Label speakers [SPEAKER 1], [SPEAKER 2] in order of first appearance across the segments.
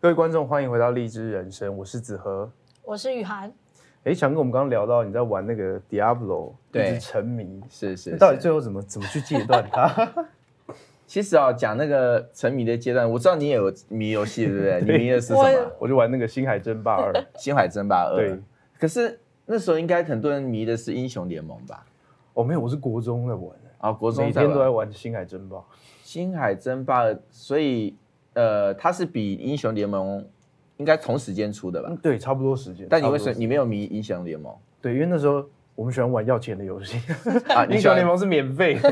[SPEAKER 1] 各位观众，欢迎回到荔枝人生，我是子和。
[SPEAKER 2] 我是雨涵，
[SPEAKER 1] 哎，强哥，我们刚刚聊到你在玩那个 Diablo，
[SPEAKER 3] 对
[SPEAKER 1] 一直沉迷，
[SPEAKER 3] 是是
[SPEAKER 1] 那
[SPEAKER 3] 是，
[SPEAKER 1] 到底最后怎么怎么去戒断 它？
[SPEAKER 3] 其实啊，讲那个沉迷的阶段，我知道你也有迷游戏，对不对？
[SPEAKER 1] 对
[SPEAKER 3] 你迷的是什么？
[SPEAKER 1] 我就玩那个《星海争 霸二》，
[SPEAKER 3] 星海争霸二。
[SPEAKER 1] 对，
[SPEAKER 3] 可是那时候应该很多人迷的是英雄联盟吧？
[SPEAKER 1] 哦，没有，我是国中在玩，
[SPEAKER 3] 啊，国中
[SPEAKER 1] 每
[SPEAKER 3] 在
[SPEAKER 1] 天都在
[SPEAKER 3] 玩
[SPEAKER 1] 玩《星海争霸》。
[SPEAKER 3] 星海争霸二，所以呃，它是比英雄联盟应该同时间出的吧？
[SPEAKER 1] 嗯，对，差不多时间。
[SPEAKER 3] 但你为
[SPEAKER 1] 差不
[SPEAKER 3] 什
[SPEAKER 1] 多
[SPEAKER 3] 么你没有迷英雄联 盟
[SPEAKER 1] 对，因为那时候我们喜欢玩要钱的游 戏，
[SPEAKER 3] 啊？
[SPEAKER 1] 英
[SPEAKER 3] 喜
[SPEAKER 1] 雄
[SPEAKER 3] 欢
[SPEAKER 1] 联盟是免 费的，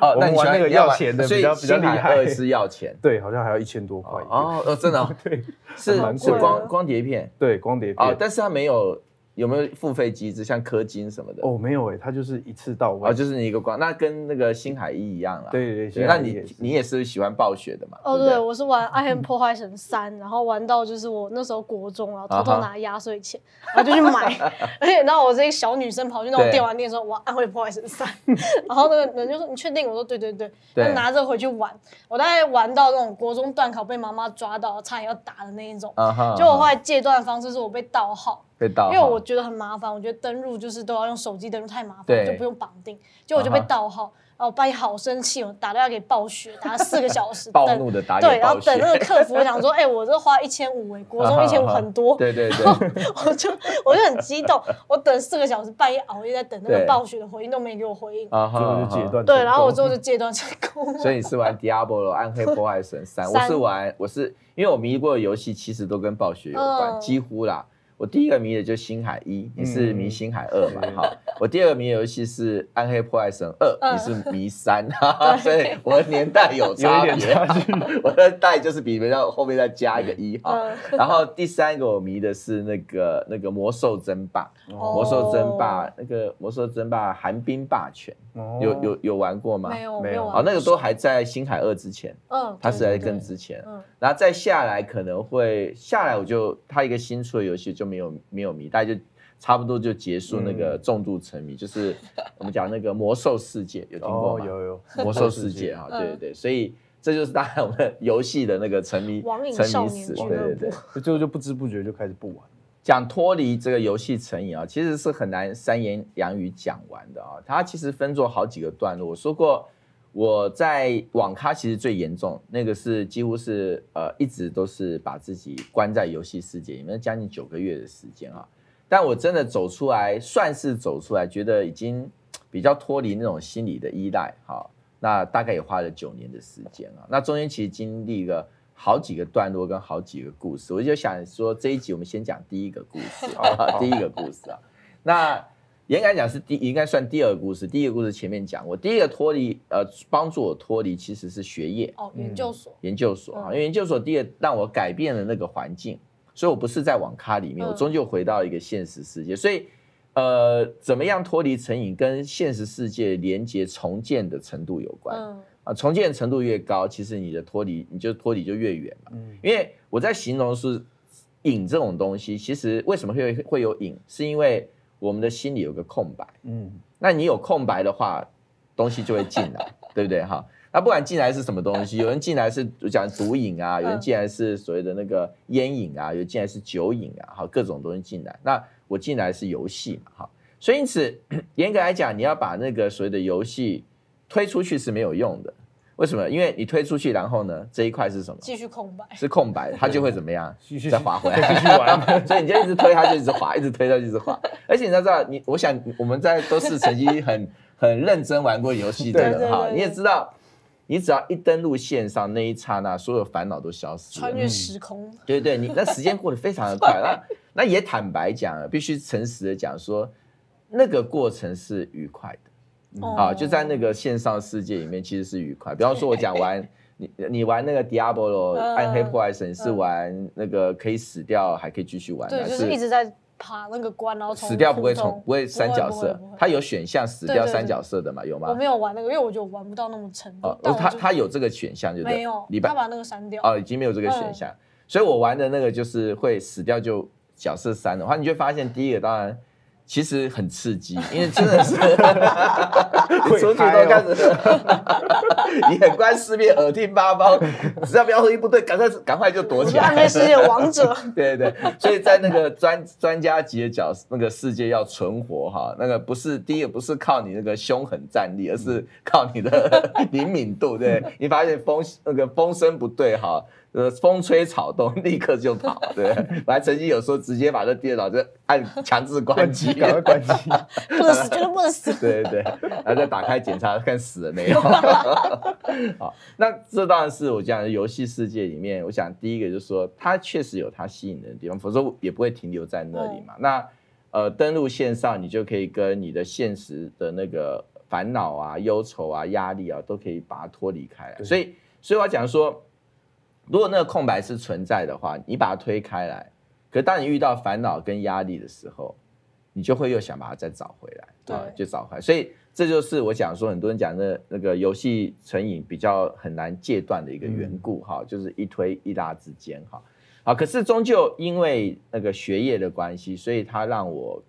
[SPEAKER 3] 哦，
[SPEAKER 1] 我
[SPEAKER 3] 那
[SPEAKER 1] 们
[SPEAKER 3] 你喜
[SPEAKER 1] 玩
[SPEAKER 3] 欢
[SPEAKER 1] 那个
[SPEAKER 3] 要
[SPEAKER 1] 要
[SPEAKER 3] 玩
[SPEAKER 1] 钱的
[SPEAKER 3] 所
[SPEAKER 1] 比
[SPEAKER 3] 以
[SPEAKER 1] 较比较
[SPEAKER 3] 星海
[SPEAKER 1] 厉害
[SPEAKER 3] 二是要钱
[SPEAKER 1] 对，好像还要一千多块。 哦，
[SPEAKER 3] 哦哦，真的哦
[SPEAKER 1] 对
[SPEAKER 3] 是
[SPEAKER 1] 蛮
[SPEAKER 3] 是
[SPEAKER 1] 贵的
[SPEAKER 3] 光光碟片
[SPEAKER 1] 对，光碟
[SPEAKER 3] 啊，
[SPEAKER 1] 片
[SPEAKER 3] 哦。但是它没有有没有付费机制，像氪金什么的
[SPEAKER 1] 哦，没有哎，它就是一次到位
[SPEAKER 3] 哦，。就是你一个光，那跟那个星海一一样啦。
[SPEAKER 1] 对对对，
[SPEAKER 3] 那
[SPEAKER 1] 现在也
[SPEAKER 3] 你
[SPEAKER 1] 是
[SPEAKER 3] 你也是喜欢暴雪的嘛？
[SPEAKER 2] 哦，
[SPEAKER 3] 对不
[SPEAKER 2] 对，
[SPEAKER 3] 对，嗯
[SPEAKER 2] 我是玩《暗黑破坏神三》，然后玩到就是我那时候国中，然后偷
[SPEAKER 3] 啊哈
[SPEAKER 2] 偷拿压岁钱，然后就去买， 而且然后我是一个小女生跑去那
[SPEAKER 3] 对
[SPEAKER 2] 种电玩店说：“我要《暗黑破坏神三》。” 然后那个人就说：“你确定？”我说：“对对对。”
[SPEAKER 3] 对
[SPEAKER 2] 就拿着回去玩，我大概玩到那种国中断考被妈妈抓到，差点要打的那一种。
[SPEAKER 3] 啊哈
[SPEAKER 2] 就我后
[SPEAKER 3] 啊哈
[SPEAKER 2] 来戒断的方式是我被盗号，
[SPEAKER 3] 被盗
[SPEAKER 2] 因
[SPEAKER 3] 号，
[SPEAKER 2] 为我觉得很麻烦，我觉得登录就是都要用手机登录，太麻烦，
[SPEAKER 3] 对
[SPEAKER 2] 了，就不用绑定。结果我就被
[SPEAKER 3] 啊哈
[SPEAKER 2] 盗号，然后我半夜好生气，我打电话给暴雪，打了四个小时，
[SPEAKER 3] 暴
[SPEAKER 2] 等
[SPEAKER 3] 怒的打给
[SPEAKER 2] 对，然后
[SPEAKER 3] 暴雪啊
[SPEAKER 2] 等那个客服，我想说，哎、我这花一千五，哎，国中一千五很多，
[SPEAKER 3] 对对对，
[SPEAKER 2] 我就我就很激动，我等四个小时，半夜熬夜在等那
[SPEAKER 3] 对
[SPEAKER 2] 个暴雪的回应，都没给我回应。
[SPEAKER 3] 啊
[SPEAKER 1] 最后就戒断。。
[SPEAKER 2] 对，然后我最后就戒断成功了。
[SPEAKER 3] 所以你是玩 Diablo 暗黑破坏神三，我
[SPEAKER 2] 三
[SPEAKER 3] 是玩我是因为我迷过的游戏其实都跟暴雪有关，
[SPEAKER 2] 嗯
[SPEAKER 3] 几乎啦。我第一个迷的就是星海一，你是迷星海二嘛？
[SPEAKER 1] 嗯
[SPEAKER 3] 好，我第二个迷的游戏是暗黑破坏神二，
[SPEAKER 2] 嗯
[SPEAKER 3] 你是 迷三，哈哈所以我的年代有 差
[SPEAKER 1] 有一
[SPEAKER 3] 别
[SPEAKER 1] 点差距，
[SPEAKER 3] 我的代就是比别人后面再加一个一哈。
[SPEAKER 2] 嗯，
[SPEAKER 3] 然后第三个我迷的是那个那个魔兽争霸，哦魔兽
[SPEAKER 2] 哦
[SPEAKER 3] 争霸那个魔兽争霸寒冰霸权，
[SPEAKER 1] 哦
[SPEAKER 3] 有有有玩过吗？
[SPEAKER 2] 没有
[SPEAKER 1] 没
[SPEAKER 2] 没
[SPEAKER 1] 有
[SPEAKER 2] 有
[SPEAKER 3] 啊，
[SPEAKER 2] 玩，
[SPEAKER 3] 那个都还在星海二之前，
[SPEAKER 2] 嗯，
[SPEAKER 3] 它是在
[SPEAKER 2] 对
[SPEAKER 3] 更，之前
[SPEAKER 2] 对对，嗯
[SPEAKER 3] 然后再下来可能会下来，我就它一个新出的游戏就没有没有迷，大家就差不多就结束那
[SPEAKER 2] 嗯
[SPEAKER 3] 个重度沉迷，就是我们讲那个魔兽世界有听过
[SPEAKER 1] 哦
[SPEAKER 3] 吗？
[SPEAKER 1] 有有
[SPEAKER 3] 魔兽世界 啊，
[SPEAKER 2] 嗯
[SPEAKER 3] 对对对，所以这就是大概我们游戏的那个沉迷
[SPEAKER 2] 网瘾
[SPEAKER 3] 沉
[SPEAKER 2] 少
[SPEAKER 3] 迷
[SPEAKER 2] 年
[SPEAKER 3] 史，
[SPEAKER 2] 俱
[SPEAKER 3] 对
[SPEAKER 2] 乐
[SPEAKER 3] 对
[SPEAKER 2] 部
[SPEAKER 3] 对。
[SPEAKER 1] 就最后就不知不觉就开始不玩了。
[SPEAKER 3] 讲脱离这个游戏成瘾啊，其实是很难三言两语讲完的啊。它其实分作好几个段落。我说过，我在网咖其实最严重，那个是几乎是呃一直都是把自己关在游戏世界里面，将近九个月的时间啊。但我真的走出来，算是走出来，觉得已经比较脱离那种心理的依赖，好，那大概也花了九年的时间啊。那中间其实经历了好几个段落跟好几个故事，我就想说这一集我们先讲第一个故事啊，第一个故事啊。那严格讲是第应该算第二个故事，第一个故事前面讲过，第一个脱离呃帮助我脱离其实是学业
[SPEAKER 2] 哦，研究所，
[SPEAKER 3] 研究所啊，
[SPEAKER 2] 嗯
[SPEAKER 3] 因为研究所第二让我改变了那个环境，所以我不是在网咖里面，
[SPEAKER 2] 嗯
[SPEAKER 3] 我终究回到一个现实世界，所以。呃，怎么样脱离成瘾跟现实世界连接重建的程度有关、
[SPEAKER 2] 嗯，
[SPEAKER 3] 啊？重建程度越高，其实你的脱离你就脱离就越远嘛。
[SPEAKER 1] 嗯，
[SPEAKER 3] 因为我在形容是瘾这种东西，其实为什么会有会有瘾，是因为我们的心里有个空白。
[SPEAKER 1] 嗯，
[SPEAKER 3] 那你有空白的话，东西就会进来，对不对哈？那不管进来是什么东西，有人进来是讲毒瘾啊，有人进来是所谓的那个烟瘾啊，有人进来是酒瘾啊，好各种东西进来。那我进来是游戏嘛，哈，所以因此严格来讲，你要把那个所谓的游戏推出去是没有用的。为什么？因为你推出去，然后呢，这一块是什么？
[SPEAKER 2] 继续空白，
[SPEAKER 3] 是空白，它就会怎么样？
[SPEAKER 1] 继续
[SPEAKER 3] 再滑回
[SPEAKER 1] 继
[SPEAKER 3] 来，
[SPEAKER 1] 续玩。
[SPEAKER 3] 所以你就一直推，它就一直滑，一直推，它就一直滑。而且你要知道，你我想我们在都是曾经很很认真玩过游戏的
[SPEAKER 2] 对对
[SPEAKER 3] 人
[SPEAKER 2] 对
[SPEAKER 3] 哈，
[SPEAKER 2] 对
[SPEAKER 3] 你也知道，你只要一登录线上那一刹那，所有烦恼都消失
[SPEAKER 2] 穿
[SPEAKER 3] 了。
[SPEAKER 2] 越时空，
[SPEAKER 3] 对对，你那时间过得非常 的快。那那也坦白讲，必须诚实的讲说，那个过程是愉快的。
[SPEAKER 2] 哦
[SPEAKER 3] 啊，就在那个线上世界里面，其实是愉快。比方说，我讲玩你你玩那个 Diablo
[SPEAKER 2] 嗯
[SPEAKER 3] 暗黑破坏神是
[SPEAKER 2] 嗯
[SPEAKER 3] 玩那个可以死掉还可以继续玩，
[SPEAKER 2] 对，
[SPEAKER 3] 还
[SPEAKER 2] 就是一直在爬那个关，然后从
[SPEAKER 3] 死掉不会
[SPEAKER 2] 空中
[SPEAKER 3] 重不会三角色
[SPEAKER 2] 不会不会，
[SPEAKER 3] 它有选项死
[SPEAKER 2] 对
[SPEAKER 3] 掉
[SPEAKER 2] 对
[SPEAKER 3] 三
[SPEAKER 2] 对
[SPEAKER 3] 角色的嘛？有
[SPEAKER 2] 我
[SPEAKER 3] 吗？
[SPEAKER 2] 没有玩那个，因为我觉得我玩不到那么程度
[SPEAKER 3] 哦。，
[SPEAKER 2] 但我
[SPEAKER 3] 它
[SPEAKER 2] 就
[SPEAKER 3] 它有这个选项，就对了
[SPEAKER 2] 没有嗯
[SPEAKER 3] 礼，拜
[SPEAKER 2] 他把那个删掉。
[SPEAKER 3] 哦，已经没有这个选项，所以我玩的那个就是会死掉就角色删的话，你就会发现第一个当然其实很刺激，因为真的是从
[SPEAKER 1] 会
[SPEAKER 3] 头
[SPEAKER 1] 嗨
[SPEAKER 3] 到开
[SPEAKER 1] 哦，
[SPEAKER 3] 始， 眼观四面，耳听八方， 只要瞄头一不对，赶快赶快就躲
[SPEAKER 2] 我
[SPEAKER 3] 起
[SPEAKER 2] 是
[SPEAKER 3] 来。
[SPEAKER 2] 暗 黑世界王者，
[SPEAKER 3] 对对对，所以在那个专专家级的角那个世界要存活哈，那个不是第一个不是靠你那个凶狠战力，而
[SPEAKER 1] 嗯
[SPEAKER 3] 是靠你的 灵敏度。对你发现风那个风声不对哈，呃，风吹草动 立刻就跑。对，我还曾经有时候直接把这电脑就按强制 关
[SPEAKER 1] 关
[SPEAKER 3] 机
[SPEAKER 1] 机，，啊赶快关机。
[SPEAKER 2] 不能死，绝对不能 死。
[SPEAKER 3] 对对对，然后再打开检查看死了没有。 好，那这当然是我讲的游戏世界里面，我想第一个就是说，它确实有它吸引人的地方，否则我也不会停留在那里嘛。那呃，登录线上，你就可以跟你的现实的那个烦恼啊、忧愁啊、压力啊，都可以把它脱离开来。
[SPEAKER 1] 对
[SPEAKER 3] 所以，所以我要讲说，如果那个空白是存在的话，你把它推开来，可当你遇到烦恼跟压力的时候，你就会又想把它再找回来，
[SPEAKER 2] 对
[SPEAKER 3] 啊就找回来。所以这就是我讲说，很多人讲的那个游戏成瘾比较很难戒断的一个缘故哈、就是一推一拉之间哈。好，可是终究因为那个学业的关系，所以它让我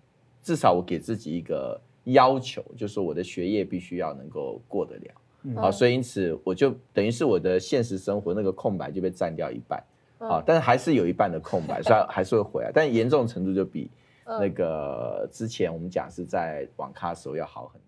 [SPEAKER 3] 至少我给自己一个要求，就是我的学业必须要能够过得了。啊，
[SPEAKER 2] 嗯
[SPEAKER 3] 所以因此我就等于是我的现实生活那个空白就被占掉一半啊
[SPEAKER 2] 嗯，
[SPEAKER 3] 但是还是有一半的空白，所以还是会回来，但严重程度就比那
[SPEAKER 2] 嗯
[SPEAKER 3] 个之前我们讲是在网咖的时候要好很多。